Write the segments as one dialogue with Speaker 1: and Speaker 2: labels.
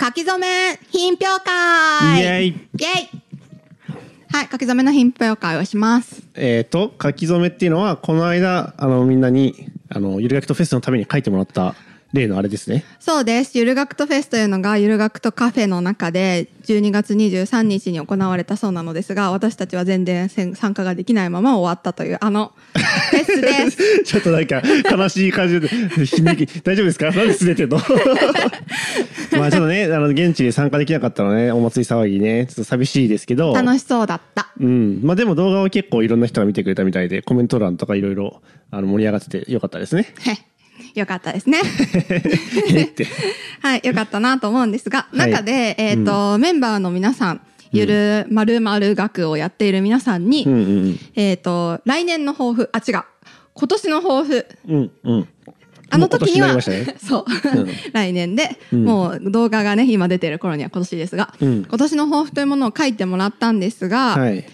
Speaker 1: 書き初め品評
Speaker 2: イ
Speaker 1: 会
Speaker 2: エ
Speaker 1: イ
Speaker 2: イ
Speaker 1: エイはい、書き初めの品評会をします。
Speaker 2: えっ、と書き初めっていうのはこの間あのみんなにあのゆるがきとフェスのために書いてもらった例のあれですね
Speaker 1: そうです。ゆる学徒フェスというのが、ゆる学徒カフェの中で、12月23日に行われたそうなのですが、私たちは全然せん参加ができないまま終わったという、あ の、フェスです。
Speaker 2: ちょっとなんか悲しい感じで響き大丈夫ですか何ですねてんの まあちょっとねあの現地に参加できなかったのねお祭り騒ぎねちょっと寂しいですけど
Speaker 1: 楽しそうだった。
Speaker 2: うんまあ、でも動画を結構いろんな人が見てくれたみたいでコメント欄とかいろいろあの盛り上がっててよかったですね。
Speaker 1: へよかったですね。
Speaker 2: へって
Speaker 1: はい、よかったなと思うんですが、
Speaker 2: はい
Speaker 1: 中で、えっ、と、メンバーの皆さん、ゆるまるまる学をやっている皆さんに、
Speaker 2: うんうん
Speaker 1: えっ、と、来年の抱負、あ、違う、今年の抱負、
Speaker 2: うんうん
Speaker 1: あの時には、
Speaker 2: もう今年になりま
Speaker 1: そう、
Speaker 2: ん
Speaker 1: 来年で、
Speaker 2: ん
Speaker 1: もう動画がね、今出てる頃には今年ですが、
Speaker 2: うん
Speaker 1: 今年の抱負というものを書いてもらったんですが、
Speaker 2: はい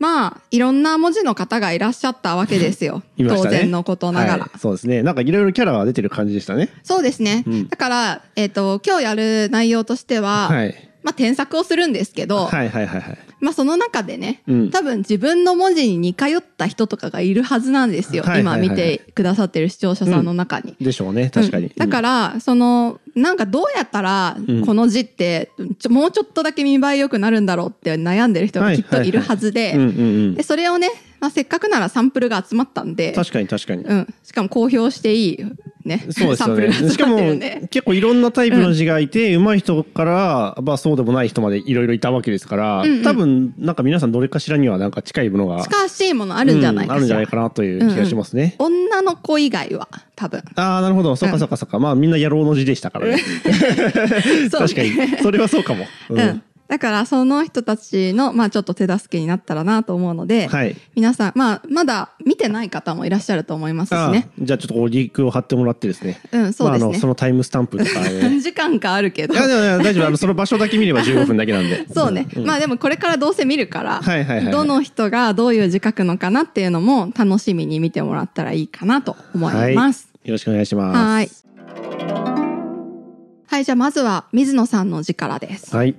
Speaker 1: まあ、いろんな文字の方がいらっしゃったわけですよ。
Speaker 2: いまし
Speaker 1: 当
Speaker 2: たね
Speaker 1: 然のことながら。
Speaker 2: はいそうですねなんかいろいろキャラが出てる感じでしたね
Speaker 1: そうですね。
Speaker 2: うん
Speaker 1: だから、えっ、と、今日やる内容としては、
Speaker 2: はい
Speaker 1: まあ、添削をするんですけど、
Speaker 2: はいはいはいはい
Speaker 1: まあ、その中でね、
Speaker 2: うん
Speaker 1: 多分自分の文字に似通った人とかがいるはずなんですよ。
Speaker 2: はいはいはいはい
Speaker 1: 今見てくださってる視聴者さんの中に。
Speaker 2: でしょうね確かに、
Speaker 1: うんだから、その、なんかどうやったら
Speaker 2: うん、
Speaker 1: この字って、ちょもうちょっとだけ見栄え良くなるんだろうって悩んでる人がきっといるはず
Speaker 2: うん
Speaker 1: で、
Speaker 2: うんうん
Speaker 1: でそれをね、まあ、せっかくならサンプルが集まったんで、
Speaker 2: 確かに確かに、
Speaker 1: うん、しかも公表していい、ね、
Speaker 2: そうです
Speaker 1: サン
Speaker 2: よ
Speaker 1: プルが
Speaker 2: ねし
Speaker 1: 集
Speaker 2: か
Speaker 1: まっ
Speaker 2: も
Speaker 1: てるんで。
Speaker 2: 結構いろんなタイプの字がいて、上手い人から、まあ、そうでもない人までいろいろいたわけですから、
Speaker 1: うんうん
Speaker 2: 多分なんか皆さんどれかしらにはなんか近いものが
Speaker 1: 近しいものあるんじゃない
Speaker 2: うんあ
Speaker 1: か
Speaker 2: るん
Speaker 1: し
Speaker 2: じゃ
Speaker 1: ら
Speaker 2: ない。かなという気がしますね。
Speaker 1: 女の子以外は、多 分。
Speaker 2: ああ、なるほど。そっかそっかそっか。まあみんな野郎の字でしたからね。
Speaker 1: そうね
Speaker 2: 確かに。それはそうかも。うん
Speaker 1: うん、だからその人たちの、まあ、ちょっと手助けになったらなと思うので、
Speaker 2: はい。
Speaker 1: 皆さん、まあ、まだ見てない方もいらっしゃると思いますし
Speaker 2: あ
Speaker 1: ね。
Speaker 2: ーじゃあちょっとおリンクを貼ってもらってですね。
Speaker 1: うんそうですね
Speaker 2: まああのそのタイムスタンプとか ね。
Speaker 1: 何時間かあるけど
Speaker 2: いやいやいや大丈夫。あのその場所だけ見れば15分だけなんで
Speaker 1: 。そうね、まあでもこれからどうせ見るから、
Speaker 2: はいはいはいはい
Speaker 1: どの人がどういう字書くのかなっていうのも楽しみに見てもらったらいいかなと思います。
Speaker 2: はい。よろしくお願いします。
Speaker 1: はいはいじゃあまずは水野さんの字からです。
Speaker 2: はい。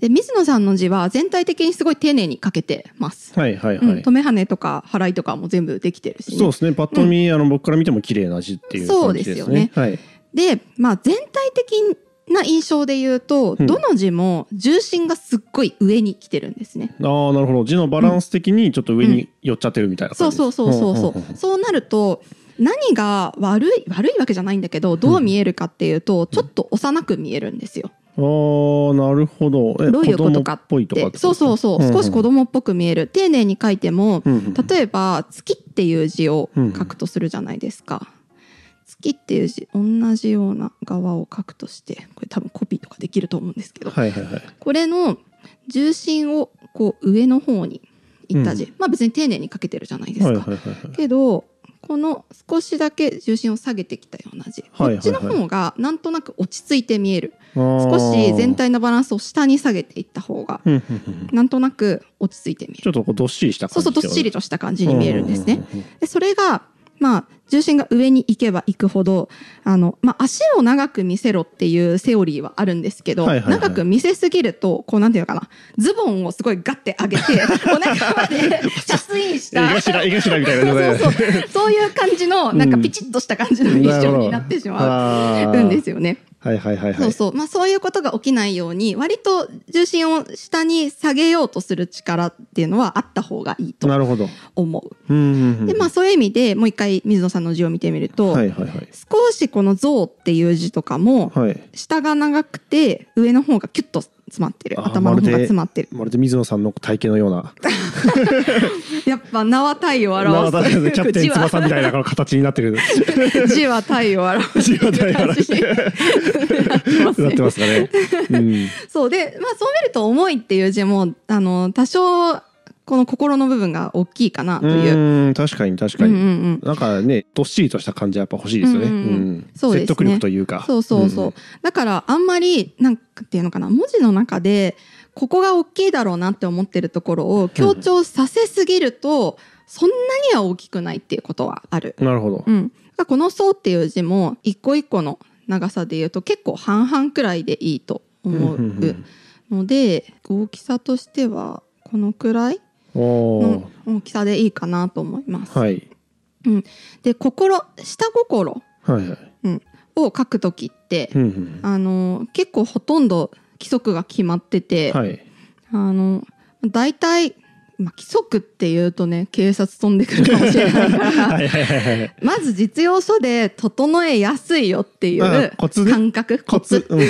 Speaker 1: で水野さんの字は全体的にすごい丁寧に書けてます。
Speaker 2: はいはい
Speaker 1: うん
Speaker 2: はい。
Speaker 1: 止め跳ねとか払いとかも全部できてるし、ね、
Speaker 2: そうですね。パッと見、あの僕から見ても綺麗な字っていう感じですね。
Speaker 1: そうです
Speaker 2: はい。
Speaker 1: で、まあ、全体的な印象で言うと、
Speaker 2: うん
Speaker 1: どの字も重心がすっごい上に来てるんですね。
Speaker 2: ああなるほど。字のバランス的にちょっと上に寄っちゃってるみたいな
Speaker 1: そう
Speaker 2: 感じ。
Speaker 1: そうそうそうそ
Speaker 2: んんん
Speaker 1: う。そうなると何が悪い悪いわけじゃないんだけどどう見えるかっていうと、ちょっと幼く見えるんですよ。
Speaker 2: あーなるほど。え
Speaker 1: どういうことか
Speaker 2: 子供っぽい
Speaker 1: っ
Speaker 2: とか
Speaker 1: てそうそうそう、少し子供っぽく見える丁寧に書いても、
Speaker 2: うんうん
Speaker 1: 例えば「月」っていう字を書くとするじゃないですか。月っていう字同じような側を書くとしてこれ多分コピーとかできると思うんですけど、
Speaker 2: はいはいはい。
Speaker 1: これの重心をこう上の方にいった字、まあ別に丁寧に書けてるじゃないですか、
Speaker 2: はいはいはいはい。
Speaker 1: けどこの少しだけ重心を下げてきたような字、
Speaker 2: はいはいはい
Speaker 1: こっちの方がなんとなく落ち着いて見える
Speaker 2: 少
Speaker 1: 少し全。体のバランスを下に下げていった方が
Speaker 2: うんうんうん
Speaker 1: なんとなく落ち着いて見え
Speaker 2: ちょ
Speaker 1: る
Speaker 2: っとこうどっしりした
Speaker 1: そう
Speaker 2: 感じ
Speaker 1: そう
Speaker 2: っ
Speaker 1: ど
Speaker 2: て
Speaker 1: っ
Speaker 2: こと
Speaker 1: しりとした感じに見えるんですね。
Speaker 2: うう
Speaker 1: でそれがまあ重心が上に行けば行くほどあの、まあ、足を長く見せろっていうセオリーはあるんですけど、
Speaker 2: はいはいはい
Speaker 1: 長く見せすぎるとこうなんていうのかなズボンをすごいガッて上げて お腹までシャツインし
Speaker 2: うんうん。え
Speaker 1: た
Speaker 2: がしらえがしらみたいな
Speaker 1: そ
Speaker 2: 状態
Speaker 1: うそうそうそういう感じのなんか
Speaker 2: うん
Speaker 1: ピチッとした感じの印象になってしま
Speaker 2: ま
Speaker 1: うんですよね。
Speaker 2: はいはいはいはい。
Speaker 1: そうそう。まあそういうことが起きないように、割と重心を下に下げようとする力っていうのはあった方がいいと
Speaker 2: なるほど。
Speaker 1: 思う。
Speaker 2: うんうんうん
Speaker 1: で、まあそういう意味でもう一回水野さんの字を見てみると、
Speaker 2: はいはいはい。
Speaker 1: 少しこの象っていう字とかも、
Speaker 2: はい。
Speaker 1: 下が長くて上の方がキュッと詰まってる。
Speaker 2: あー
Speaker 1: 頭の方が詰まってる。
Speaker 2: まるで水野さんの体型のような。
Speaker 1: やっぱ名は体を
Speaker 2: な
Speaker 1: 表
Speaker 2: んかキ
Speaker 1: す。
Speaker 2: ャプ テン翼みたいなこの形になってる。
Speaker 1: いな。字は体を表す。
Speaker 2: 字は体を表す
Speaker 1: 感じになってます
Speaker 2: な
Speaker 1: ね
Speaker 2: ってますかね。うん。
Speaker 1: そうで、まあ、そう見ると「重い」っていう字もあの多少この心の部分が大きいかなという。
Speaker 2: うん確かに確か
Speaker 1: うん
Speaker 2: に。
Speaker 1: うんうん
Speaker 2: なんかね、どっしりとした感じはやっぱ欲しいですよね。
Speaker 1: う
Speaker 2: うんん
Speaker 1: うんうんそうですね
Speaker 2: 説得力というか。
Speaker 1: そうそうそう、だからあんまりなんかっていうのかな文字の中でここが大きいだろうなって思ってるところを強調させすぎると、そんなには大きくないっていうことはある。
Speaker 2: うんなるほど。
Speaker 1: うん、だからこの「そう」っていう字も一個一個の長さで言うと結構半々くらいでいいと思
Speaker 2: うんうんう
Speaker 1: うんので大きさとしてはこのくらい
Speaker 2: お
Speaker 1: の大きさでいいかなと思います。
Speaker 2: ーはい
Speaker 1: で心下心
Speaker 2: はいはい
Speaker 1: を書く時って、
Speaker 2: うんうん
Speaker 1: あの結構ほとんど規則が決まってて、
Speaker 2: はい
Speaker 1: あの大体、まあ、規則っていうとね警察飛んでくるかもしれないから
Speaker 2: はいはいはいはい
Speaker 1: まず実用書で整えやすいよってい
Speaker 2: あ
Speaker 1: う
Speaker 2: コツね
Speaker 1: 感覚
Speaker 2: コ
Speaker 1: コ
Speaker 2: ツ
Speaker 1: ツ
Speaker 2: うん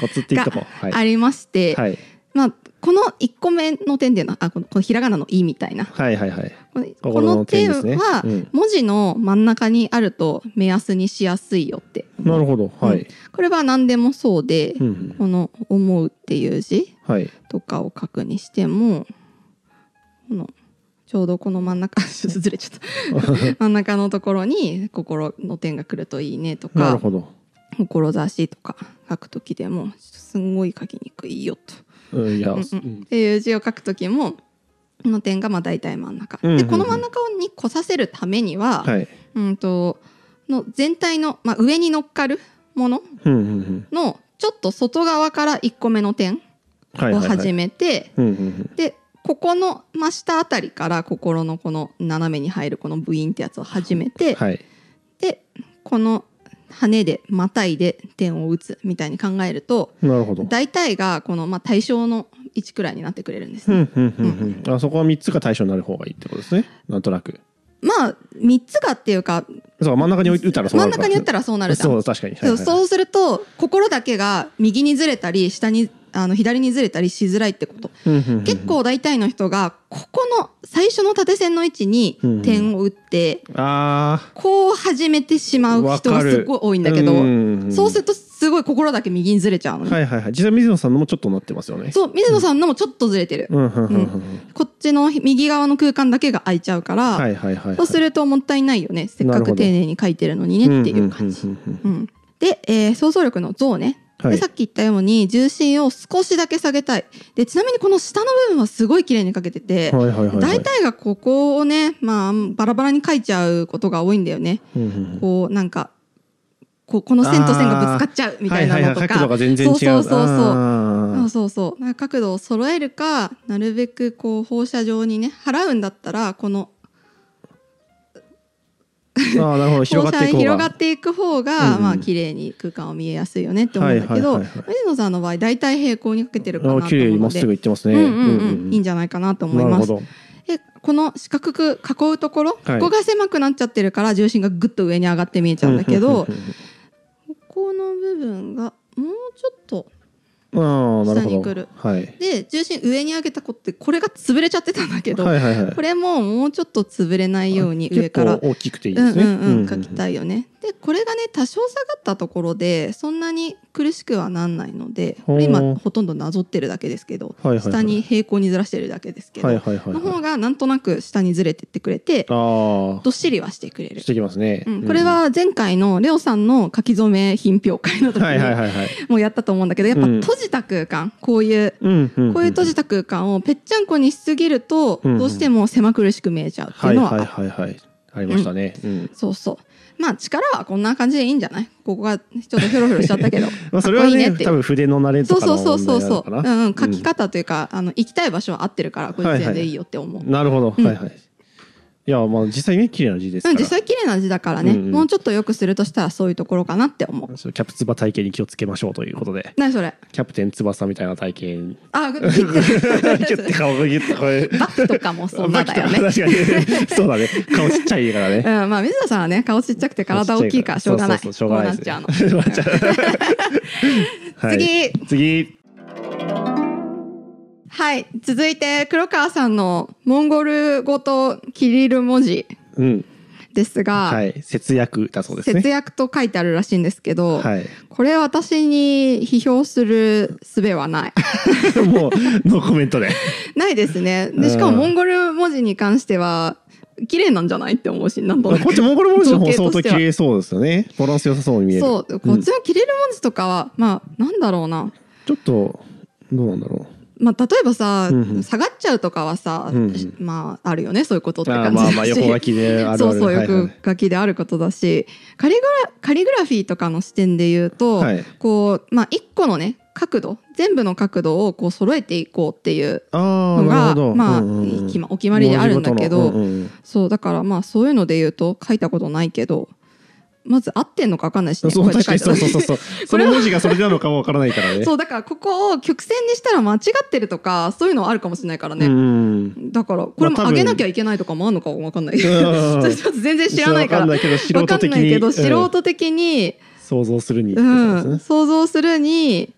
Speaker 2: コツっていくとこはい
Speaker 1: ありまして、
Speaker 2: はい
Speaker 1: まあ、この1個目の点でのあこのこのひらがなの「い」みたいな
Speaker 2: はいはいはい
Speaker 1: この
Speaker 2: こ
Speaker 1: この点
Speaker 2: ですね
Speaker 1: は
Speaker 2: うん
Speaker 1: 文字の真ん中にあると目安にしやすいよって
Speaker 2: なるほどは
Speaker 1: うん
Speaker 2: い
Speaker 1: これは何でもそうで、
Speaker 2: うんうん
Speaker 1: この「思う」っていう字
Speaker 2: はい
Speaker 1: とかを書くにしてもこのちょうどこの真ん中 ちょっとずれちゃった真ん中のところに心の点が来るといいねと
Speaker 2: な
Speaker 1: か
Speaker 2: るほど
Speaker 1: 志とか書く時でもすんごい書きにくいよと。
Speaker 2: うんいや
Speaker 1: うんうん
Speaker 2: うん
Speaker 1: っていう字を書くときもこの点がまあ大体真ん中、
Speaker 2: うんうんうん
Speaker 1: でこの真ん中に来させるためには、
Speaker 2: はい
Speaker 1: うんとの全体の、まあ、上に乗っかるもの
Speaker 2: うんうんうん
Speaker 1: のちょっと外側から1個目の点
Speaker 2: はい
Speaker 1: を
Speaker 2: はいはい
Speaker 1: 始めて、
Speaker 2: うんうんうん
Speaker 1: でここの真下あたりから心のこの斜めに入るこのブイーンってやつを始めて、
Speaker 2: はい
Speaker 1: でこの羽でまたいで点を打つみたいに考えると
Speaker 2: なるほど
Speaker 1: 大体がこの、まあ、対象の位置くらいになってくれるんです
Speaker 2: う
Speaker 1: ね。
Speaker 2: んうんうんうんあそこは三つが対象になる方がいいってことですねなんとなく
Speaker 1: まあ3つがっていうか
Speaker 2: そう真ん中に置い打ったらそう
Speaker 1: 真
Speaker 2: なんる
Speaker 1: 中
Speaker 2: か
Speaker 1: に打ったらそうなるじゃん
Speaker 2: そう確かにはい
Speaker 1: そう
Speaker 2: はい
Speaker 1: そうすると心だけが右にずれたり下にあの左にずれたりしづらいってこと
Speaker 2: うんうんうん
Speaker 1: 結構大体の人がここの最初の縦線の位置に
Speaker 2: うんうん
Speaker 1: 点を打って
Speaker 2: ああ
Speaker 1: こう始めてしまう人がすごい多いんだけどそうするとすごい心だけ右にずれちゃうのね、
Speaker 2: はいはいはい実際水野さんのもちょっとなってますよね
Speaker 1: そう水野さんのもちょっとずれてる、
Speaker 2: うんうんうんうん
Speaker 1: こっちの右側の空間だけが空いちゃうから、
Speaker 2: はいはいはい
Speaker 1: そうするともったいないよねせっ
Speaker 2: な
Speaker 1: か
Speaker 2: るほ
Speaker 1: く
Speaker 2: ど
Speaker 1: 丁寧に書いてるのにねっていう感じ。
Speaker 2: んうんうん
Speaker 1: うん、で、えー想像力の像ね、
Speaker 2: はい
Speaker 1: でさっき言ったように重心を少しだけ下げたいでちなみにこの下の部分はすごい綺麗に描けてて、
Speaker 2: うんはいはいはいはい
Speaker 1: 大体がここをね、まあ、バラバラに描いちゃうことが多いんだよね。
Speaker 2: うんうん
Speaker 1: こうなんかこうこの線と線がぶつかっちゃうみたいなのと
Speaker 2: ははは角度
Speaker 1: か。
Speaker 2: が全然違う
Speaker 1: そうそうそうそうそう
Speaker 2: あー
Speaker 1: そうそうなんか角度を揃えるかなるべくこう放射状にね払うんだったらこの
Speaker 2: あーなるほど
Speaker 1: 放
Speaker 2: 広がっ
Speaker 1: 射
Speaker 2: ていこう
Speaker 1: 広がっていく方
Speaker 2: うん
Speaker 1: が、
Speaker 2: うん
Speaker 1: まあ綺麗に空間を見えやすいよねって思うんだけど、
Speaker 2: はいはいはいは
Speaker 1: 水野さんの場合大体平行にかけてるかなと
Speaker 2: あ
Speaker 1: 思うの
Speaker 2: ー綺
Speaker 1: で
Speaker 2: 麗にまっすぐ行ってますね
Speaker 1: うんうんうんいいん
Speaker 2: じ
Speaker 1: じゃないかなと思います
Speaker 2: なる
Speaker 1: でこの四角く囲うところ、
Speaker 2: はい
Speaker 1: ここが狭くなっちゃってるから重心がぐっと上に上がって見えちゃ
Speaker 2: ほ
Speaker 1: う
Speaker 2: ど
Speaker 1: んだけど
Speaker 2: うん
Speaker 1: ここの部分がもうちょっと
Speaker 2: うんうんうんああなるほど
Speaker 1: 下に来る
Speaker 2: はい
Speaker 1: で重心上に上げたことってこれが潰れちゃってたんだけど、
Speaker 2: はいはいはい
Speaker 1: これももうちょっと潰れないように上から
Speaker 2: 結構大きくていいで
Speaker 1: うん
Speaker 2: すね
Speaker 1: うんうん、書きたいよね。でこれがね多少下がったところでそんなに苦しくはなんないので
Speaker 2: ほ
Speaker 1: こ
Speaker 2: う
Speaker 1: れ今ほとんどなぞってるだけですけど、
Speaker 2: はいはいはい
Speaker 1: 下に平行にずらしてるだけですけど、
Speaker 2: はいはいはい
Speaker 1: の
Speaker 2: は
Speaker 1: 方
Speaker 2: い
Speaker 1: がなんとなく下にずれてってくれて
Speaker 2: あ
Speaker 1: どっしりはしてくれ
Speaker 2: あ
Speaker 1: る
Speaker 2: し。てきますね
Speaker 1: うん、これは前回のレオさんの書き初め品評会の時
Speaker 2: はいはい
Speaker 1: に
Speaker 2: はいはい
Speaker 1: もうやったと思うんだけどやっぱ
Speaker 2: うん
Speaker 1: 閉じた空間こういう
Speaker 2: うんうんん
Speaker 1: こういう閉じた空間をぺっちゃんこにしすぎると
Speaker 2: うんうん
Speaker 1: どうしても狭苦しく見えちゃうってい
Speaker 2: は
Speaker 1: う
Speaker 2: い
Speaker 1: のはあ
Speaker 2: は
Speaker 1: っ
Speaker 2: いはいはいありましたねうん。
Speaker 1: そうそう。まあ力はこんな感じでいいんじゃないここがちょっとひょろひょろしちゃったけど
Speaker 2: まあそれは
Speaker 1: か
Speaker 2: ね
Speaker 1: っこいいって
Speaker 2: 多分筆の慣れ
Speaker 1: そ
Speaker 2: と
Speaker 1: う
Speaker 2: か
Speaker 1: そ
Speaker 2: の
Speaker 1: うそう
Speaker 2: 問
Speaker 1: そうそう。
Speaker 2: 題なのか
Speaker 1: う
Speaker 2: なん
Speaker 1: うん。書き方というか、あの行きたい場所は合ってるから、これ
Speaker 2: はいは
Speaker 1: 全
Speaker 2: い
Speaker 1: でいいよって思う。
Speaker 2: なるほど、
Speaker 1: うん
Speaker 2: はいはいいやまあ実際ね綺麗な字ですか
Speaker 1: う
Speaker 2: ら、
Speaker 1: ん、実際綺麗な字だからね、
Speaker 2: うんうん
Speaker 1: もうちょっと良くするとしたらそういうところかなって思う。
Speaker 2: そうキャプツバ体型に気をつけましょうということで
Speaker 1: 何それ
Speaker 2: キャプテン翼みたいな体型
Speaker 1: あ、グ ッ
Speaker 2: キュッて顔がギュッとこれ
Speaker 1: バッとかもそうだよね。
Speaker 2: バキとか確かにそうだね顔ちっちゃいからね
Speaker 1: うん、まあ水田さんはね顔ちっちゃくて体大きいからしょうがない
Speaker 2: そうそうそうしょうがな
Speaker 1: こう
Speaker 2: い
Speaker 1: なっちゃうの
Speaker 2: ですね なっちゃうはい
Speaker 1: 次
Speaker 2: 次
Speaker 1: はい続いて黒川さんのモンゴル語とキリル文字
Speaker 2: うん
Speaker 1: ですが、
Speaker 2: はい節約だそうですね
Speaker 1: 節約と書いてあるらしいんですけど、
Speaker 2: はい
Speaker 1: これ私に批評する術は ない
Speaker 2: もうノーコメントで
Speaker 1: ないですねでしかもモンゴル文字に関しては綺麗なんじゃないって思うしなんと
Speaker 2: こ
Speaker 1: な
Speaker 2: っ
Speaker 1: く
Speaker 2: ちモンゴル文字の
Speaker 1: 造
Speaker 2: 方
Speaker 1: 形
Speaker 2: 相
Speaker 1: と
Speaker 2: 当
Speaker 1: して
Speaker 2: 綺
Speaker 1: は
Speaker 2: 麗そうですよねバランス良さそうに見える
Speaker 1: そうこっちの切れる文字とかは、まあなんだろうな
Speaker 2: ちょっとどうなんだろ
Speaker 1: まあ、例えばさ、
Speaker 2: うんうん
Speaker 1: 下がっちゃうとかはさ、
Speaker 2: うんうん
Speaker 1: まああるよねそういうことっ
Speaker 2: う
Speaker 1: て感じだし
Speaker 2: まあまあ横書きであるある
Speaker 1: そうそう
Speaker 2: はいはい
Speaker 1: 横書きであることだしカリグラカリグラフィーとかの視点で言うと、
Speaker 2: はい
Speaker 1: こうまあ一個のね角度全部の角度をこう揃えていこうっていう
Speaker 2: あ
Speaker 1: の
Speaker 2: あなるほ
Speaker 1: が
Speaker 2: ど
Speaker 1: まあ、
Speaker 2: うんうん
Speaker 1: 決まお決まりであるんだけど、
Speaker 2: 文字ごとのうんうん
Speaker 1: そうだからまあそういうので言うと書いたことないけどまず合ってんのか分かんないし、ね、
Speaker 2: そ う
Speaker 1: こうやっ
Speaker 2: 確
Speaker 1: て書
Speaker 2: か
Speaker 1: い
Speaker 2: に
Speaker 1: た
Speaker 2: そう
Speaker 1: 時
Speaker 2: そうそうそうその文字がそれなのかもわからないからね
Speaker 1: そうだからここを曲線にしたら間違ってるとかそういうのはあるかもしれないからね、
Speaker 2: うん
Speaker 1: だからこれも
Speaker 2: まあ多
Speaker 1: 上
Speaker 2: 分
Speaker 1: げなきゃいけないとかもあるのか分かんない ちょ
Speaker 2: うん
Speaker 1: っと全然知らないから
Speaker 2: わかんないけど素
Speaker 1: わか
Speaker 2: 人
Speaker 1: ん
Speaker 2: 的
Speaker 1: ない
Speaker 2: に
Speaker 1: けど
Speaker 2: うん
Speaker 1: 素人的に、
Speaker 2: 想像するにって
Speaker 1: う
Speaker 2: ことです
Speaker 1: ん
Speaker 2: ね
Speaker 1: 想像するに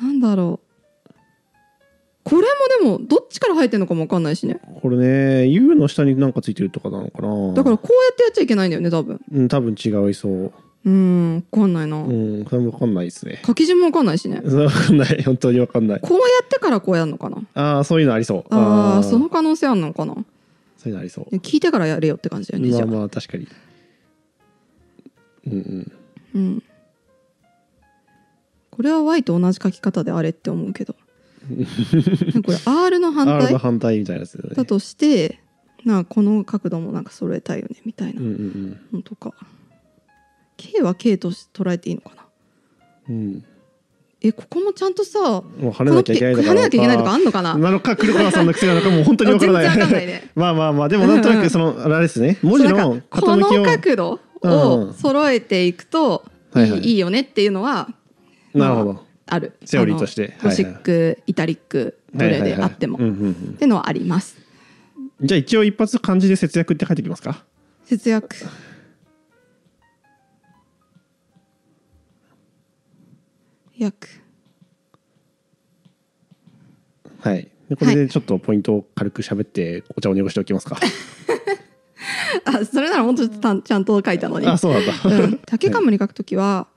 Speaker 1: なんだろうこれもでもどっちから入ってんのかも分かんないしね
Speaker 2: これね U の下に何かついてるとかなのかな
Speaker 1: だからこうやってやっちゃいけないんだよね多分
Speaker 2: うん多分違いそう
Speaker 1: うん分かんないな、
Speaker 2: うんこれもわかんないですね
Speaker 1: 書き順も分かんないしね
Speaker 2: そうわかんない 本当にわかんない
Speaker 1: こうやってからこうやるのかな
Speaker 2: ああそういうのありそう
Speaker 1: ああ
Speaker 2: ー
Speaker 1: その可能性あるのかな
Speaker 2: そういうのありそう
Speaker 1: で聞いてからやれよって感じだよね
Speaker 2: ま
Speaker 1: じゃ
Speaker 2: あ
Speaker 1: あ、
Speaker 2: まあ確かにうんうん
Speaker 1: うんこれは Y と同じ書き方であれって思うけ どこれ R の反
Speaker 2: R
Speaker 1: 対
Speaker 2: の反対みたいなやつだよ
Speaker 1: だ
Speaker 2: ね
Speaker 1: としてなんかこの角度もなんか揃えたいよねみたい
Speaker 2: うん
Speaker 1: な
Speaker 2: うん
Speaker 1: のとか K は K とし捉えていいのかな
Speaker 2: うん
Speaker 1: えここもちゃんとさこ
Speaker 2: うんもう跳ね
Speaker 1: の
Speaker 2: なきゃいけないだ
Speaker 1: 跳
Speaker 2: か
Speaker 1: ねなきゃいけないとかあ
Speaker 2: あ
Speaker 1: んのかな
Speaker 2: なのか黒川さんの癖なのかもう本当にわからない
Speaker 1: 全然わかんないね
Speaker 2: まあまあまあでもなんとなくそのあれです ね文字
Speaker 1: そう
Speaker 2: の
Speaker 1: なんかこの
Speaker 2: 傾きを
Speaker 1: 角度を揃えていくといい,、
Speaker 2: はいはい
Speaker 1: いいよねっていうのは
Speaker 2: なるほど
Speaker 1: ある
Speaker 2: セオリーとして
Speaker 1: あのゴシック、イタリックどれであっても、
Speaker 2: はいはいはいうんうんうん
Speaker 1: ってのはあります
Speaker 2: じゃあ一応一発漢字で節約って書いてきますか。
Speaker 1: 節約約
Speaker 2: はい。でこれでちょっとポイントを軽く喋ってお茶を濁しておきますか。
Speaker 1: あそれなら本当にたちゃんと書いたのに
Speaker 2: あ、そうなんだ。
Speaker 1: うん竹冠書くときは、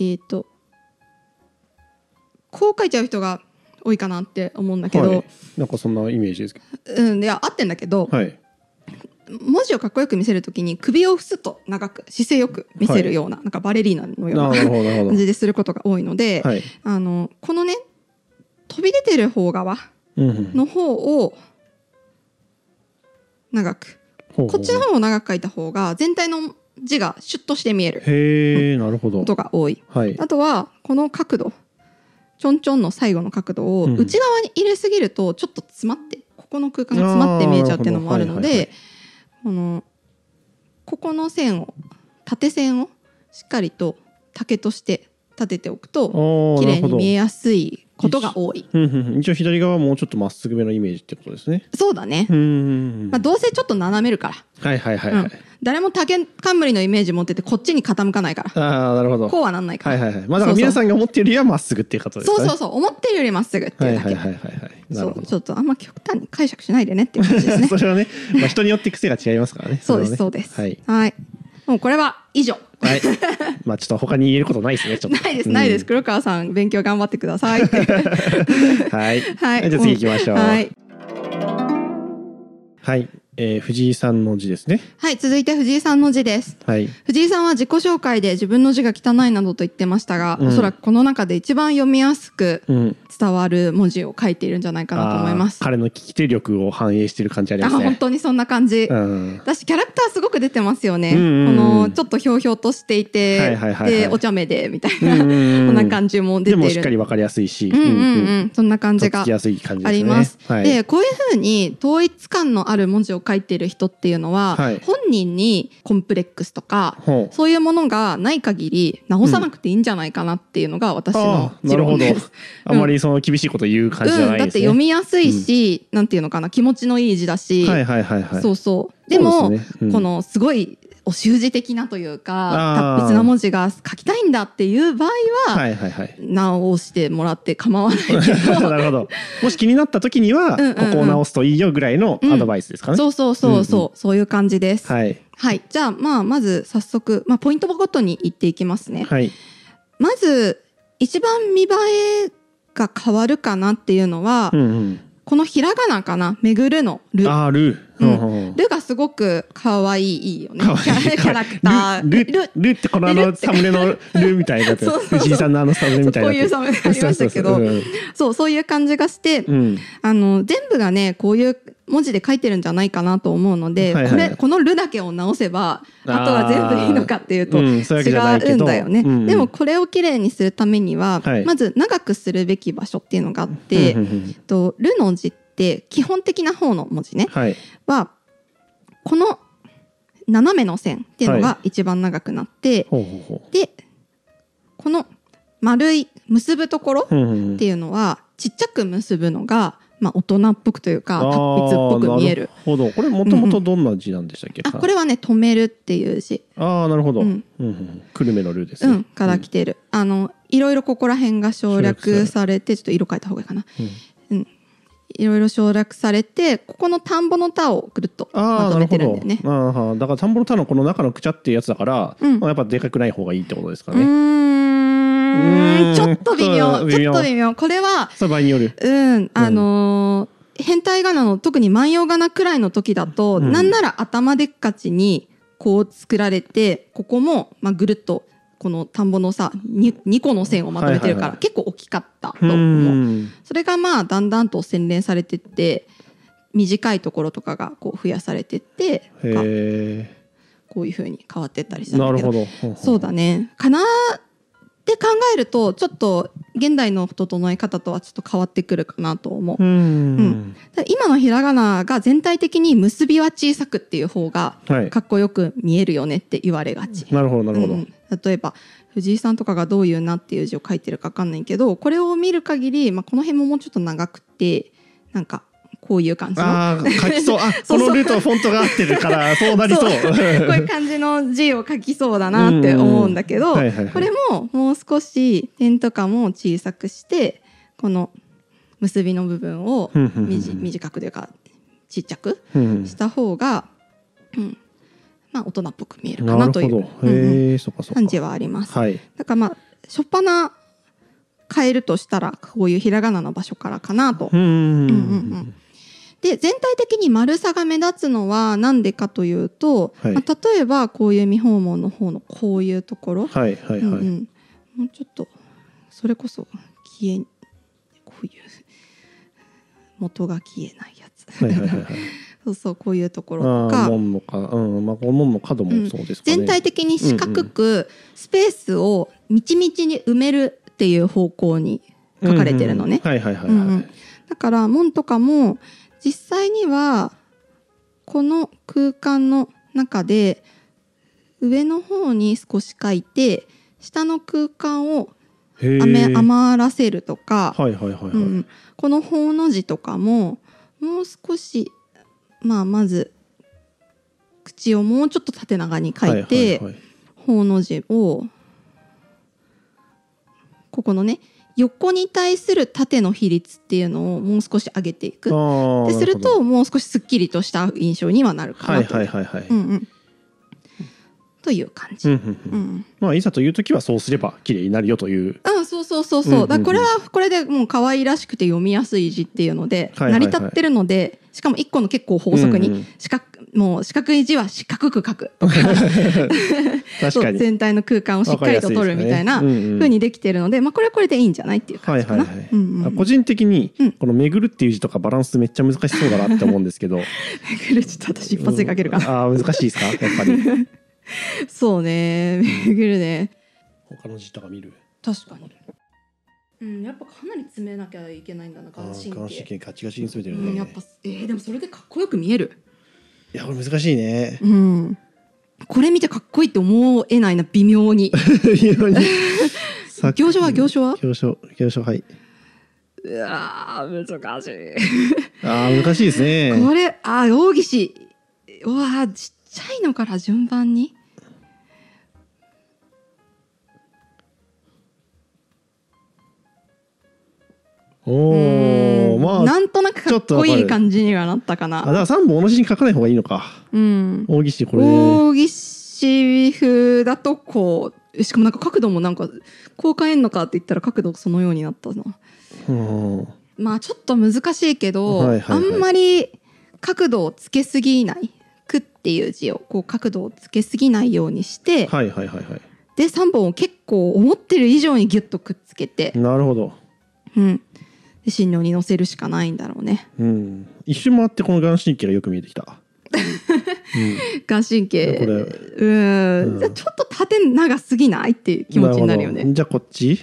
Speaker 1: えっ、とこう書いちゃう人が多いかなって思うんだけど、
Speaker 2: はい、なんかそんなイメージですけ
Speaker 1: うん、いや合ってんだけど、
Speaker 2: ど。はい。
Speaker 1: 文字をかっこよく見せるときに首をふすっと長く姿勢よく見せるような,、なんかバレリーナのよう
Speaker 2: あなる
Speaker 1: な
Speaker 2: ほど、なるほ
Speaker 1: 感じですることが多いので、
Speaker 2: ど。はい。
Speaker 1: あのこのね飛び出てる方側
Speaker 2: うんうん、
Speaker 1: の方を長く
Speaker 2: ほうほうほう
Speaker 1: こっちの方を長く書いた方が全体の字がシュッとして見える
Speaker 2: へえ、なるほど
Speaker 1: こ。とが多い。
Speaker 2: はい。
Speaker 1: あとはこの角度ちょんちょんの最後の角度を
Speaker 2: うん
Speaker 1: 内側に入れすぎるとちょっと詰まってここの空間が詰まって見えちゃうっていうのもあるの
Speaker 2: あーなるほどはいはい
Speaker 1: でこのここの線を縦線をしっかりと竹として立てておくと
Speaker 2: おお、
Speaker 1: 綺
Speaker 2: な
Speaker 1: 麗
Speaker 2: るほ
Speaker 1: に
Speaker 2: ど。
Speaker 1: 見えやすいことが多い。
Speaker 2: うんうんうん一応左側はもうちょっとまっすぐめのイメージってことですね。
Speaker 1: そうだね
Speaker 2: う、んうんうん。
Speaker 1: まあ、どうせちょっと斜めるから
Speaker 2: はいはいはいはい。
Speaker 1: うん誰も竹冠のイメージ持っててこっちに傾かないから
Speaker 2: ああ、なるほど。
Speaker 1: こうはなんないか
Speaker 2: は
Speaker 1: ら、
Speaker 2: いはいはい。まあだから皆さんが思っているよりはまっすぐっていうことです
Speaker 1: そう
Speaker 2: かね。
Speaker 1: そうそう思ってるよりまっすぐって
Speaker 2: はいいうは
Speaker 1: だ
Speaker 2: い
Speaker 1: け
Speaker 2: はいはいはい。な
Speaker 1: そ
Speaker 2: るほ
Speaker 1: う
Speaker 2: ど
Speaker 1: ち。ょっとあんま極端に解釈しないでねっていう感じです ね
Speaker 2: それはね、まあ、人によって癖が違いますからね。
Speaker 1: そうです
Speaker 2: れ
Speaker 1: そ
Speaker 2: は
Speaker 1: う
Speaker 2: ね
Speaker 1: です
Speaker 2: はい。
Speaker 1: もうこれは以上
Speaker 2: はい。 まあ、ちょっと他に言えることないですね。ちょっと。
Speaker 1: ないですないです、黒川さん勉強頑張ってくだ さいは
Speaker 2: うん。はい。
Speaker 1: い
Speaker 2: じゃあ次行きましょう。
Speaker 1: はい、
Speaker 2: はい。えー藤井さんの字ですね。
Speaker 1: はい、続いて藤井さんの字です
Speaker 2: はい。
Speaker 1: 藤井さんは自己紹介で自分の字が汚いなどと言ってましたが、
Speaker 2: うん
Speaker 1: おそらくこの中で一番読みやすく
Speaker 2: うん。
Speaker 1: 伝わる文字を書いているんじゃないかなと思いますあ
Speaker 2: あー彼の聞き手力を反映してる感じありますね。
Speaker 1: 本当にそんな感じ、
Speaker 2: うん。
Speaker 1: 私キャラクターすごく出てますよね、
Speaker 2: うんうんうん
Speaker 1: このちょっとひょうひょうとしていて、
Speaker 2: はいはいはいはい
Speaker 1: でお茶目でみたいな、
Speaker 2: うんうんうん
Speaker 1: こんな感じも出てい
Speaker 2: で
Speaker 1: る
Speaker 2: もしっかりわかりやすいし、
Speaker 1: うんうん
Speaker 2: うん
Speaker 1: うん、そんな感
Speaker 2: と
Speaker 1: じ
Speaker 2: っつ
Speaker 1: が
Speaker 2: きやすい感じですね。
Speaker 1: あります。
Speaker 2: はい。
Speaker 1: でこういうふうに統一感のある文字を書いている人っていうのは、
Speaker 2: はい
Speaker 1: 本人にコンプレックスとか
Speaker 2: ほう
Speaker 1: そういうものがない限り直さなくていいんじゃないかなっていうのが私の
Speaker 2: あー
Speaker 1: 持
Speaker 2: なるほ
Speaker 1: 論
Speaker 2: ど
Speaker 1: です。。
Speaker 2: あまりその厳しいこと言う感じじ
Speaker 1: う、
Speaker 2: ゃなんい
Speaker 1: だって
Speaker 2: ですね。
Speaker 1: 読みやすいし、なんていうのかな気持ちのいい字だし、
Speaker 2: はいはいはいはい。
Speaker 1: そううそうでも
Speaker 2: そうですねうん
Speaker 1: このすごいお習字的なというか
Speaker 2: あー
Speaker 1: 達筆な文字が書きたいんだっていう場合は、
Speaker 2: はいはいはい。
Speaker 1: 直してもらって構わないけど
Speaker 2: なるほど。もし気になった時に
Speaker 1: う
Speaker 2: は、
Speaker 1: んうんうん
Speaker 2: ここを直すといいよぐらいのアドバイスですかね。
Speaker 1: そうそうそうそう、そういう感じです。はい、
Speaker 2: はい。
Speaker 1: じゃあまあまず早速、まあ、ポイントごとに言っていきますね。
Speaker 2: はい。
Speaker 1: まず一番見栄えが変わるかなっていうのは、
Speaker 2: うんうん。
Speaker 1: このひらがなかな「めぐる」の「ル。
Speaker 2: あールー。
Speaker 1: うん
Speaker 2: うんうん
Speaker 1: ルがすごく可愛いいよね。
Speaker 2: かわいい
Speaker 1: キャキャラクター。
Speaker 2: ルルルってこのあ
Speaker 1: ル
Speaker 2: の
Speaker 1: って
Speaker 2: サムネのルみたいになってる
Speaker 1: そうそうそう
Speaker 2: 藤井さんのあのサムネみたいになってる
Speaker 1: そうこういうサムネありましたけど
Speaker 2: そうそう
Speaker 1: そう、そういう感じがして、
Speaker 2: そううん
Speaker 1: あの、全部がね、こういう文字で書いてるんじゃないかなと思うので、
Speaker 2: はいはい
Speaker 1: これ、このルだけを直せば、あ
Speaker 2: あー
Speaker 1: とは全部いいのかっていうと、
Speaker 2: う
Speaker 1: 違
Speaker 2: んそういうわけじゃないけど
Speaker 1: うんだよね。
Speaker 2: うんうん
Speaker 1: でも、これをきれいにするためには、
Speaker 2: はい
Speaker 1: まず長くするべき場所っていうのがあって、
Speaker 2: うんうんう
Speaker 1: え
Speaker 2: ん
Speaker 1: っと、ルの字って、基本的な方の文字ね、
Speaker 2: はい
Speaker 1: は、この斜めの線っていうのが一番長くなって、
Speaker 2: ほうほうほ
Speaker 1: で、この丸い結ぶところ、
Speaker 2: ううんうんうん
Speaker 1: っていうのはちっちゃく結ぶのが、まあ、大人っぽくというか
Speaker 2: あ
Speaker 1: 達
Speaker 2: ー
Speaker 1: 筆っぽく見える
Speaker 2: なるほどこれもともとどんな字なんでしたっけ
Speaker 1: あこれはね「止める」っていう字、
Speaker 2: ああなるほど、
Speaker 1: う
Speaker 2: うんんうんうん、久留米のルーです
Speaker 1: う
Speaker 2: ね、
Speaker 1: ん、から来てる、あのいろいろここら辺が省
Speaker 2: 省
Speaker 1: 略
Speaker 2: 略
Speaker 1: されてちょっと色変えた方がいいかな
Speaker 2: うん
Speaker 1: いろいろ省略されてここの田んぼの田をぐるっと
Speaker 2: あ
Speaker 1: ま
Speaker 2: あ
Speaker 1: と
Speaker 2: な
Speaker 1: めて
Speaker 2: るほ
Speaker 1: るん
Speaker 2: ど
Speaker 1: だよね。
Speaker 2: あーはーだから田んぼの田のこの中のくちゃっていうやつだから、
Speaker 1: うん
Speaker 2: まあ、やっぱでかくない方がいいってことですか
Speaker 1: う
Speaker 2: ね、
Speaker 1: ー
Speaker 2: うんん
Speaker 1: ちょっと微妙
Speaker 2: そう
Speaker 1: ち
Speaker 2: 微
Speaker 1: ょ
Speaker 2: 妙
Speaker 1: っと微妙これは
Speaker 2: それは場合による
Speaker 1: うんあのー変態仮名の特に万葉仮名くらいの時だと、
Speaker 2: うん
Speaker 1: なんなら頭でっかちにこう作られてここも、まあ、ぐるっとこの田んぼのさ 2, 個の線をまとめてるから、
Speaker 2: はいはいはい
Speaker 1: 結構大きかったと
Speaker 2: う
Speaker 1: 思う、
Speaker 2: ん
Speaker 1: それがまあだんだんと洗練されてって短いところとかがこう増やされてって
Speaker 2: へえ
Speaker 1: こういうふうに変わってったりしたんだ
Speaker 2: な
Speaker 1: け
Speaker 2: る
Speaker 1: ど
Speaker 2: ほど
Speaker 1: そうだね。かなって考えると、ちょっと現代の整え方とはちょっと変わってくるかなと思う。
Speaker 2: うん、
Speaker 1: んただ今のひらがなが全体的に結びは小さくっていう方が
Speaker 2: はい
Speaker 1: かっこよく見えるよねって言われがち。
Speaker 2: なるほどなるほど、
Speaker 1: うん例えば藤井さんとかがどういう「な」っていう字を書いてるかわかんないけどこれを見る限り、まあ、この辺ももうちょっと長くてなんかこういう感じの
Speaker 2: ああ書きそうあ
Speaker 1: そうそう
Speaker 2: このルートはフォントが合ってるからそうなりそう
Speaker 1: そう こういう感じの字を書きそうだなって思うんだけど、
Speaker 2: うんうんはいはいはい
Speaker 1: これももう少し点とかも小さくしてこの結びの部分を
Speaker 2: うんうんうん
Speaker 1: みじ短くというかちっちゃく
Speaker 2: うん
Speaker 1: した方が、うんまあ、大人っぽく見えるか
Speaker 2: な
Speaker 1: な
Speaker 2: る
Speaker 1: とい
Speaker 2: ほ
Speaker 1: う
Speaker 2: ど
Speaker 1: うんうん
Speaker 2: へえそっかそっ
Speaker 1: 感
Speaker 2: か
Speaker 1: じはあります。
Speaker 2: はい
Speaker 1: だからまあ初っ端変えるとしたらこういうひらがなの場所からかなと
Speaker 2: うんうんう
Speaker 1: うんうんうん
Speaker 2: ん
Speaker 1: で全体的に丸さが目立つのは何でかというと、
Speaker 2: はい
Speaker 1: まあ、例えばこういう未訪問の方のこういうところ、
Speaker 2: はいはい
Speaker 1: うんう
Speaker 2: はい、
Speaker 1: ん、もうちょっとそれこそ消えこういう元が消えないやつ、
Speaker 2: はいはいはいはい
Speaker 1: そうそうこういうところと
Speaker 2: ああ
Speaker 1: か
Speaker 2: 門もかうんまあこの門も角もそうですかね、
Speaker 1: 全体的に四角くスペースをみちみちに埋めるっていう方向に書かれてるのね
Speaker 2: うんうんはいはいはい
Speaker 1: うんうん
Speaker 2: は
Speaker 1: だから門とかも実際にはこの空間の中で上の方に少し書いて下の空間を
Speaker 2: い、へえ
Speaker 1: 雨余らせるとか、
Speaker 2: はいはいはいはい、
Speaker 1: うんうんこの「方」の字とかももう少しまあまず口をもうちょっと縦長に書いて「
Speaker 2: はははい
Speaker 1: 方」の字をここのね横に対する縦の比率っていうのをもう少し上げていく
Speaker 2: あー
Speaker 1: でする
Speaker 2: なほ
Speaker 1: ともう少しすっきりとした印象にはなる
Speaker 2: ど
Speaker 1: か
Speaker 2: はい
Speaker 1: なと。
Speaker 2: はいはいはい、
Speaker 1: うんうん、という感じ。
Speaker 2: う
Speaker 1: うんん
Speaker 2: うんうんまあいざという時はそうすれば綺麗になるよという
Speaker 1: あそうそうそうそう,、
Speaker 2: うんうんうん
Speaker 1: だからこれはこれでもう可愛らしくて読みやすい字っていうので、
Speaker 2: はいはいは
Speaker 1: 成り
Speaker 2: い
Speaker 1: 立ってるのでしかも一個の結構法則
Speaker 2: うん
Speaker 1: に
Speaker 2: うん
Speaker 1: 四角、もう四角い字は四角く書く
Speaker 2: 確か
Speaker 1: そう
Speaker 2: に
Speaker 1: 全体の空間をしっかりと取るみたいな
Speaker 2: わかりやすいですねうんうん
Speaker 1: 風にできてるので、まあ、これはこれでいいんじゃないっていう
Speaker 2: は
Speaker 1: 感
Speaker 2: い
Speaker 1: じか
Speaker 2: はい
Speaker 1: な。
Speaker 2: はい、
Speaker 1: うんうんう
Speaker 2: あ
Speaker 1: ん
Speaker 2: 個人的に
Speaker 1: うん
Speaker 2: この「巡る」っていう字とかバランスめっちゃ難しそうだなって思うんですけど
Speaker 1: これちょっと私一発で書けるかな、
Speaker 2: うんあー難しいですかやっぱ り
Speaker 1: そうね巡るね
Speaker 2: 他の字とか見る
Speaker 1: 確かに、うん、やっぱかなり詰めなきゃいけないんだな顔神
Speaker 2: あー
Speaker 1: 経
Speaker 2: ガチガチに詰めて
Speaker 1: うん、やっぱえーでもそれでかっこよく見える
Speaker 2: いやこれ難しいね
Speaker 1: うんこれ見てかっこいいって思えないな微妙 に行書は行書は
Speaker 2: 行書行書はいう
Speaker 1: わー難し
Speaker 2: あー難しいです
Speaker 1: い
Speaker 2: ね
Speaker 1: これあー大岸うわーちっちゃいのから順番に
Speaker 2: おお
Speaker 1: うん
Speaker 2: まあ
Speaker 1: なんとなくかっこ
Speaker 2: ち
Speaker 1: い
Speaker 2: ょっとわか
Speaker 1: い
Speaker 2: る
Speaker 1: 感じにはなったか
Speaker 2: あだか
Speaker 1: な
Speaker 2: ら三本同じに書かない方がいいのか
Speaker 1: うん
Speaker 2: 大岸これ
Speaker 1: 大岸風だとこうしかもなんか角度もなんかこう変えんのかって言ったら角度そのようになったな
Speaker 2: うん
Speaker 1: まあちょっと難しいけど、
Speaker 2: はいはいはい
Speaker 1: あんまり角度をつけすぎない「く」っていう字をこう角度をつけすぎないようにして、
Speaker 2: はいはいはいは
Speaker 1: で3本を結構思ってる以上にギュッとくっつけて
Speaker 2: い。、なるほど。
Speaker 1: うん、で診療に乗せるしかないんだろうね。
Speaker 2: うん。一周回ってこの眼神経がよく見えてき た。
Speaker 1: 眼神経
Speaker 2: これ
Speaker 1: うん、
Speaker 2: うん
Speaker 1: じゃあちょっと縦長すぎないっていう気持ちになるよ
Speaker 2: るほ
Speaker 1: ね
Speaker 2: どじゃあこっち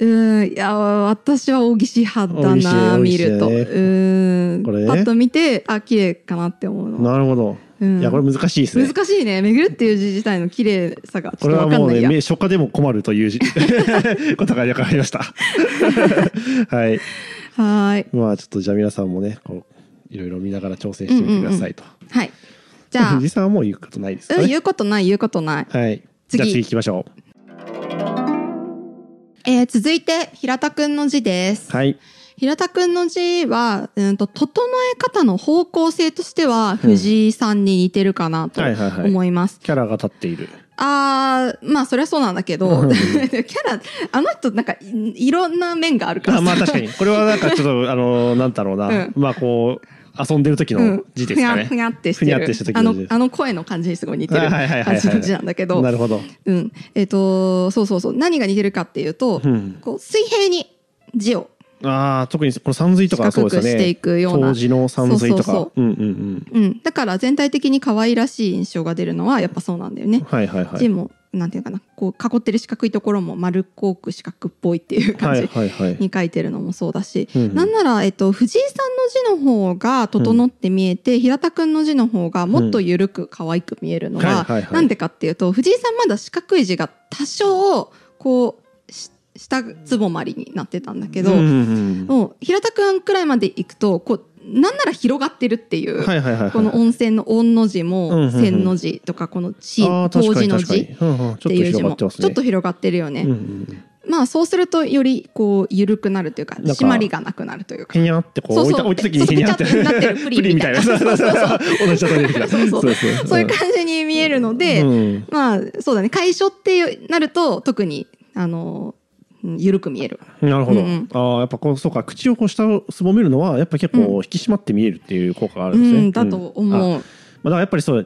Speaker 1: うんいや私は大岸派だな
Speaker 2: 大
Speaker 1: 見
Speaker 2: 岸大岸
Speaker 1: ると、
Speaker 2: だね
Speaker 1: うん
Speaker 2: これね
Speaker 1: パッと見てあ綺麗かなって思うの
Speaker 2: なるほど。
Speaker 1: うん
Speaker 2: いや、これ難しいですね。
Speaker 1: 難しいね「巡る」っていう字自体の綺麗さがちょ
Speaker 2: こ
Speaker 1: っ
Speaker 2: れ
Speaker 1: と
Speaker 2: は
Speaker 1: 分か
Speaker 2: も
Speaker 1: ん
Speaker 2: う
Speaker 1: ない
Speaker 2: ね、
Speaker 1: や
Speaker 2: め初夏でも困るというじ ことがよくわかりました。 はい。
Speaker 1: はーい
Speaker 2: まあちょっとじゃあ皆さんもね、こう、いろいろ見ながら挑戦してみてくださいと。
Speaker 1: はいじゃあ、
Speaker 2: 藤井さんはもう言うことないですか
Speaker 1: うん、
Speaker 2: ね。
Speaker 1: 言うことない言うことない、
Speaker 2: はい。じ
Speaker 1: 次
Speaker 2: ゃあ次行きましょう。
Speaker 1: えー続いて平田くんの字です
Speaker 2: はい。
Speaker 1: 平田くんの字は、うん、と整え方の方向性としては藤井さんに似てるかなと
Speaker 2: はいはいはい。
Speaker 1: 思います、
Speaker 2: キャラが立っている。
Speaker 1: あーまあそりゃそうなんだけど
Speaker 2: うん
Speaker 1: キャラあの人なんかいいろんな面があるから
Speaker 2: あ
Speaker 1: さ
Speaker 2: まあ確かに。これはなんかちょ っと、あの、なんだろうな
Speaker 1: うん。
Speaker 2: まあこう、遊んでる時
Speaker 1: う
Speaker 2: の
Speaker 1: ん
Speaker 2: 字ですかね
Speaker 1: ふ。にゃふにゃってして
Speaker 2: ふにゃって
Speaker 1: る
Speaker 2: した時
Speaker 1: あ
Speaker 2: の
Speaker 1: の
Speaker 2: 字です
Speaker 1: あの声の感じにすごい似てる
Speaker 2: あはいはいはいは
Speaker 1: 感
Speaker 2: い
Speaker 1: じの字なんだけど
Speaker 2: なるほど。
Speaker 1: うんえっ、とそうそうそう何が似てるかっていうと、
Speaker 2: うん
Speaker 1: こう水平に字を
Speaker 2: ああ、特にこの山水とかそうですよ
Speaker 1: 四角くしてい
Speaker 2: ね。
Speaker 1: くような
Speaker 2: 当時の山水
Speaker 1: そう
Speaker 2: と
Speaker 1: そう
Speaker 2: か。うんうんうん。
Speaker 1: うん、だから全体的に可愛らしい印象が出るのはやっぱそうなんだよね。
Speaker 2: はいはいは
Speaker 1: 字
Speaker 2: い。
Speaker 1: もなんていうかなこう囲ってる四角いところも丸っこく四角っぽいっていう感
Speaker 2: は
Speaker 1: じ
Speaker 2: いはいはい。
Speaker 1: に書いてるのもそうだし、
Speaker 2: うんうん
Speaker 1: なんなら、えっと、藤井さんの字の方が整って見えて、平田くんの字の方がもっと緩く可愛く見えるの
Speaker 2: はいはい
Speaker 1: は
Speaker 2: はい
Speaker 1: なんでかっていうと藤井さんまだ四角い字が多少こうし下つぼまりになってたんだけど、
Speaker 2: うんうんうん
Speaker 1: もう平田くんくらいまで行くとこうなんなら広がってるっていう。
Speaker 2: はいはいはいはい。
Speaker 1: この温泉の「温」の字
Speaker 2: うんうんう
Speaker 1: も「
Speaker 2: ん
Speaker 1: 線」の字とかこの「地」
Speaker 2: あ
Speaker 1: 「
Speaker 2: ー
Speaker 1: 当
Speaker 2: 確か
Speaker 1: 時
Speaker 2: に
Speaker 1: の
Speaker 2: 確か
Speaker 1: 字」
Speaker 2: に
Speaker 1: っ
Speaker 2: うんうんちょ
Speaker 1: てい
Speaker 2: っと
Speaker 1: う字
Speaker 2: 広が
Speaker 1: も
Speaker 2: っ
Speaker 1: ち
Speaker 2: て
Speaker 1: ょ
Speaker 2: ますね。
Speaker 1: っと広がってるよね。
Speaker 2: うんうん
Speaker 1: まあそうするとよりこう緩くなるというか
Speaker 2: んか
Speaker 1: 締まりがなくなるというか
Speaker 2: へ。にゃってこう
Speaker 1: そう
Speaker 2: 置い
Speaker 1: そ
Speaker 2: た
Speaker 1: う
Speaker 2: 置いた時にへにゃって
Speaker 1: そうそうペチャってなってるプリンみ たいな
Speaker 2: プリ ンみたいな。同じ例えできた。
Speaker 1: そうそう
Speaker 2: そう
Speaker 1: そういう感じに見えるので、
Speaker 2: うん
Speaker 1: まあそうだね解消ってなると特にあのうん緩く見える。
Speaker 2: なるほど。
Speaker 1: うんうん
Speaker 2: ああやっぱこうそうか口をこう下をすぼめるのはやっぱ結構引き締まって見えるっていう効果がある
Speaker 1: うん
Speaker 2: ですね。
Speaker 1: んだと
Speaker 2: あ
Speaker 1: 思う。
Speaker 2: まあ、だからやっぱりそう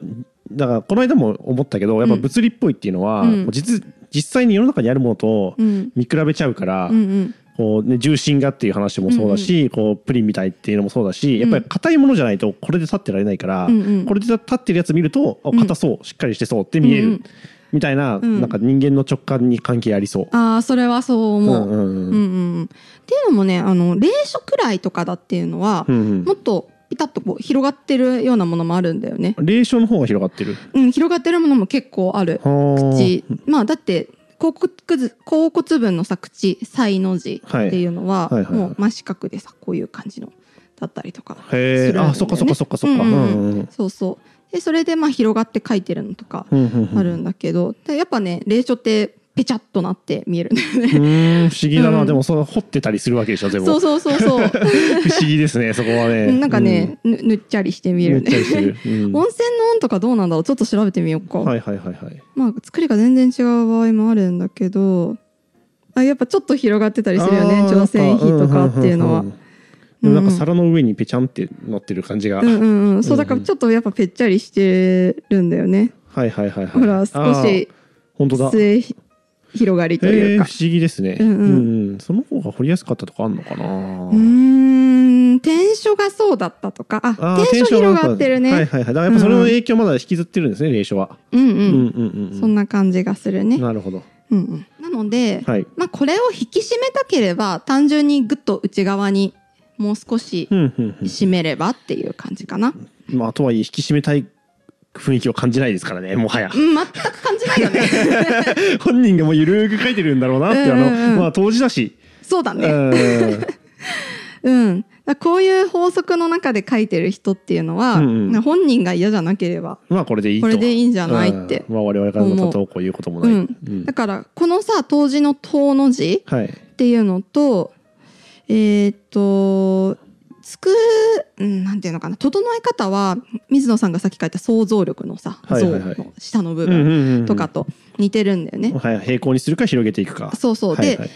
Speaker 2: だからこの間も思ったけどやっぱ物理っぽいっていうのは、
Speaker 1: うん
Speaker 2: 実実際に世の中にあるものと
Speaker 1: うん
Speaker 2: 見比べちゃうから、
Speaker 1: うんうん
Speaker 2: こうね、重心がっていう話もそうだし、こうプリンみたいっていうのもそうだしやっぱり硬いものじゃないとこれで立ってられないから、
Speaker 1: うんうん
Speaker 2: これで立ってるやつ見るとあ
Speaker 1: ん
Speaker 2: 硬そう、しっかりしてそうって見える、
Speaker 1: うんうん
Speaker 2: みたいな,、
Speaker 1: ん
Speaker 2: なんか人間の直感に関係ありそう。
Speaker 1: ああそれはそう
Speaker 2: う
Speaker 1: 思
Speaker 2: ん
Speaker 1: う。
Speaker 2: う
Speaker 1: うん
Speaker 2: んう
Speaker 1: うんんっていうのもねあの霊所くらいとかだっていうのは、
Speaker 2: うん
Speaker 1: もっとピタッとこう広がってるようなものもあるんだよね。
Speaker 2: 霊障の方が広がってる。
Speaker 1: うん、広がってるものも結構ある。
Speaker 2: 口
Speaker 1: 口まあだって甲骨甲骨文のさ口才の字っていうのは
Speaker 2: はいはいはいは
Speaker 1: も
Speaker 2: い
Speaker 1: う真四角でさこういう感じのだったりとか
Speaker 2: へ
Speaker 1: するん
Speaker 2: え、
Speaker 1: だよね
Speaker 2: あ、そっかそっかそっかそっか。
Speaker 1: う
Speaker 2: うんん
Speaker 1: う
Speaker 2: うん
Speaker 1: うん
Speaker 2: んうん
Speaker 1: そうそうでそれでまあ広がって書いてるのとか
Speaker 2: うんうんうん
Speaker 1: あるんだけど、でやっぱね霊書ってペチャッとなって見えるんだよ
Speaker 2: う
Speaker 1: ね。
Speaker 2: ーん不思議だな、
Speaker 1: うん
Speaker 2: でもその掘ってたりするわけ でしょ全部
Speaker 1: そうそうそう そう
Speaker 2: 不思議ですねそこはね
Speaker 1: なんかね、ぬぬっちゃりして
Speaker 2: うん
Speaker 1: 見え
Speaker 2: め
Speaker 1: る
Speaker 2: っちゃりす
Speaker 1: ね。
Speaker 2: る、うん
Speaker 1: 温泉の温とかどうなんだろうちょっと調べてみようか。
Speaker 2: はいはいはいはい
Speaker 1: まあ作りが全然違う場合もあるんだけどあやっぱちょっと広がってたりするよ
Speaker 2: あ
Speaker 1: ね
Speaker 2: ー
Speaker 1: 朝鮮比とかっていうのは。う
Speaker 2: なん
Speaker 1: ん
Speaker 2: かうんうんうんでもなんか皿の上にぺちゃんって乗ってる感じが、
Speaker 1: うんうん、そう
Speaker 2: うんう
Speaker 1: だ
Speaker 2: ん
Speaker 1: からちょっとやっぱぺっちゃりしてるんだよね。
Speaker 2: はいはいはいはい
Speaker 1: ほら少し
Speaker 2: あー本当だ
Speaker 1: 末
Speaker 2: え
Speaker 1: ひ広がりという
Speaker 2: ー、
Speaker 1: か。
Speaker 2: 不思議ですね、
Speaker 1: うんうん
Speaker 2: うんその方が掘りやすかったとかあんのかな
Speaker 1: うーん転書がそうだったとかあ
Speaker 2: あー
Speaker 1: 転書
Speaker 2: テンション
Speaker 1: 広
Speaker 2: が
Speaker 1: がってるね、
Speaker 2: はいはいはいだからやっぱそれの影響まだ引きずってるんですね霊障は、
Speaker 1: うん
Speaker 2: う
Speaker 1: うん、
Speaker 2: んうんうんうん
Speaker 1: そんな感じがするね、
Speaker 2: なるほど
Speaker 1: うんうん、なので、
Speaker 2: はい
Speaker 1: まあ、これを引き締めたければ単純にぐっと内側にもう少し
Speaker 2: うんうんうん
Speaker 1: 締めればっていう感じかな、
Speaker 2: まあ、とはいえ引き締めたい雰囲気を感じないですからね もはや
Speaker 1: うん全く感じないよ ね
Speaker 2: 本人がもうゆるーく書いてるんだろうなっていうあの、
Speaker 1: うんうんうん
Speaker 2: まあ当時だし、
Speaker 1: そうだ
Speaker 2: う
Speaker 1: ね
Speaker 2: ん
Speaker 1: うんだからこういう法則の中で書いてる人っていうのは、
Speaker 2: うんうん
Speaker 1: 本人が嫌じゃなければ
Speaker 2: まあこれでいいと
Speaker 1: これでいいんじゃないって
Speaker 2: うんまあ我々からのことをこう言うこともない、
Speaker 1: う
Speaker 2: うん
Speaker 1: だからこのさ当時の「当」の字
Speaker 2: はい
Speaker 1: っていうのとえーっとつくうんなんていうのかな整え方は水野さんがさっき書いた想像力のさ
Speaker 2: はいはいはい
Speaker 1: 像の下の部
Speaker 2: うんうん
Speaker 1: 分
Speaker 2: うんうん
Speaker 1: とかと似てるんだよね。
Speaker 2: はい、平行にするか広げていくか
Speaker 1: そうそう、
Speaker 2: はいは
Speaker 1: で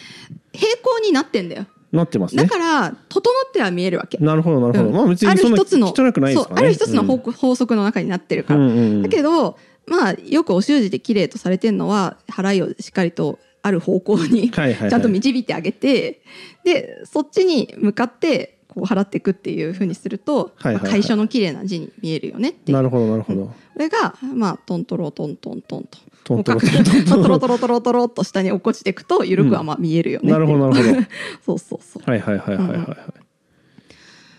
Speaker 2: い
Speaker 1: 平行になってんだよ
Speaker 2: なってますね
Speaker 1: だから整っては見えるわけ。
Speaker 2: なるほどなるほど、
Speaker 1: うん
Speaker 2: まあ別に
Speaker 1: ある
Speaker 2: そんな
Speaker 1: 一つの
Speaker 2: 汚くないです
Speaker 1: そう
Speaker 2: からね
Speaker 1: ある一つの法,、法則の中になってるから、
Speaker 2: うんうんうん
Speaker 1: だけどまあよくお習字で綺麗とされてるのは払いをしっかりとある方向にち
Speaker 2: はいはいはい
Speaker 1: ゃんと導いてあげて、でそっちに向かってこう払っていくっていうふうにすると、
Speaker 2: はいはいはい
Speaker 1: まあ楷書の綺麗な字に見えるよねっていう
Speaker 2: なるほどなるほど、
Speaker 1: これがまあトントロトントントンと
Speaker 2: トントロ
Speaker 1: こう
Speaker 2: トントントン
Speaker 1: トロトロトロトロっと下に落っこちていくと緩くはまあ見えるよね、
Speaker 2: なるほどなるほ ど
Speaker 1: そうそうそう
Speaker 2: はいはいはいはいはいはい、
Speaker 1: うんうん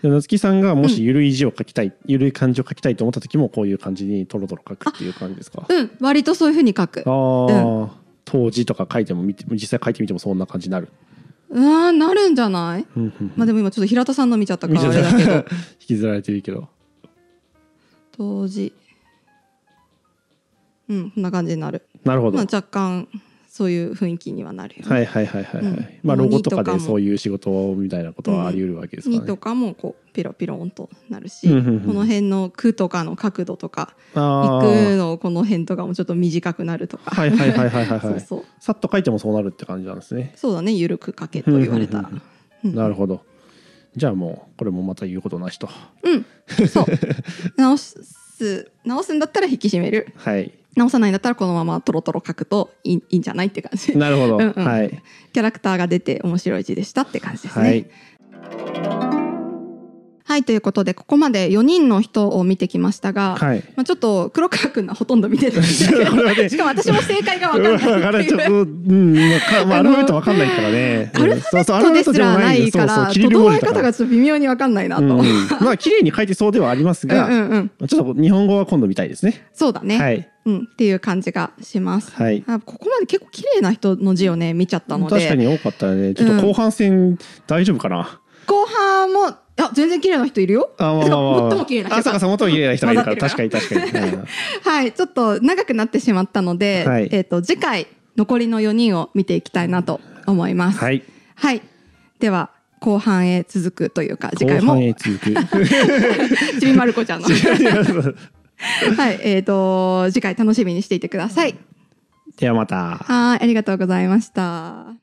Speaker 2: で夏木さんがもしゆるい字を書きたい、ゆるい漢字を書きたいと思った時もこういう感じにトロトロ書くっていう感じですか
Speaker 1: うん割とそういうふうに書く
Speaker 2: あ
Speaker 1: う
Speaker 2: あ、当時とか書いても見て実際書いてみてもそんな感じになる。
Speaker 1: うーんなるんじゃない
Speaker 2: うんうん
Speaker 1: まあでも今ちょっと平田さんの見ちゃったか
Speaker 2: 見
Speaker 1: ら
Speaker 2: て
Speaker 1: あれ
Speaker 2: た
Speaker 1: だけど
Speaker 2: 引きずられてるけど。
Speaker 1: 当時うんこんな感じになる
Speaker 2: なるほど。
Speaker 1: まあ
Speaker 2: はい
Speaker 1: 若干そういう雰囲気にはなるよね、
Speaker 2: はいはいはいはい。
Speaker 1: うん
Speaker 2: まあロゴとか
Speaker 1: もう二と
Speaker 2: で
Speaker 1: かも
Speaker 2: そういう仕事みたいなことはあり得るわけですか
Speaker 1: に
Speaker 2: ら
Speaker 1: と
Speaker 2: ね。
Speaker 1: かもこうピロピロンとなるし、
Speaker 2: うんうんうん
Speaker 1: この辺の「く」とかの角度とか「
Speaker 2: あ
Speaker 1: 行
Speaker 2: あ
Speaker 1: く」のこの辺とかもちょっと短くなるとか、
Speaker 2: はいはいはいはいはい
Speaker 1: そ
Speaker 2: は
Speaker 1: う
Speaker 2: い。
Speaker 1: そう
Speaker 2: さっと書いてもそうなるって感じなんですね。
Speaker 1: そうだね緩く書けと言われたら
Speaker 2: うんうん
Speaker 1: うん
Speaker 2: なるほど。じゃあもうこれもまた言うことなしと。
Speaker 1: うんそう直す直すんだったら引き締める
Speaker 2: はい。
Speaker 1: 直さないんだったらこのままトロトロ書くといいいいんじゃないって感じ
Speaker 2: なるほど。
Speaker 1: うんうん
Speaker 2: はい。
Speaker 1: キャラクターが出て面白い字でしたって感じですね。
Speaker 2: は
Speaker 1: はい
Speaker 2: い。、
Speaker 1: ということでここまで4人の人を見てきましたが、
Speaker 2: はい。
Speaker 1: まあ、ちょっと黒川くんはほとんど見てないんですけ
Speaker 2: これは
Speaker 1: ど
Speaker 2: ね
Speaker 1: しかも私も正解が
Speaker 2: うん
Speaker 1: 分かん
Speaker 2: わか
Speaker 1: な
Speaker 2: ら
Speaker 1: い
Speaker 2: ん
Speaker 1: って
Speaker 2: ちょっ
Speaker 1: いう。
Speaker 2: と、うん、まあかまあ、アルファベットわかんないから ね。
Speaker 1: アルファベットですらないか
Speaker 2: そうそう
Speaker 1: ら
Speaker 2: アルファベットじゃないそうそうキリル文
Speaker 1: 整え
Speaker 2: 字だか
Speaker 1: 方
Speaker 2: ら
Speaker 1: がちょっと微妙に分かんないなと。
Speaker 2: う
Speaker 1: うんん
Speaker 2: う
Speaker 1: うん
Speaker 2: んまあ綺麗に書いてそうではありますが、
Speaker 1: うん
Speaker 2: ちょっと日本語は今度見たいですね。
Speaker 1: そうだね、
Speaker 2: はい
Speaker 1: うん、っていう感じがします。
Speaker 2: はい。
Speaker 1: あここまで結構綺麗な人の字をね見ちゃったので
Speaker 2: 確かに多かったね。ちょっと後半戦大丈夫かな。
Speaker 1: 後半もあ全然綺麗な人いるよ。
Speaker 2: あ、まあまあまあ。
Speaker 1: 最 も綺麗な人
Speaker 2: あ、そうか、そう最も綺麗な人がい るから、
Speaker 1: 混ざ
Speaker 2: 確
Speaker 1: っ
Speaker 2: か
Speaker 1: て
Speaker 2: に確かに。うん
Speaker 1: はい、ちょっと長くなってしまったので、
Speaker 2: はい
Speaker 1: えっ、と次回残りの4人を見ていきたいなと思います。
Speaker 2: はい。
Speaker 1: はいでは後半へ続くというか 次
Speaker 2: 後
Speaker 1: 回も
Speaker 2: 半へ続く。
Speaker 1: ちびまる子ちゃんのはいえっ、と次回楽しみにしていてください。
Speaker 2: ではまた。
Speaker 1: はい、ありがとうございました。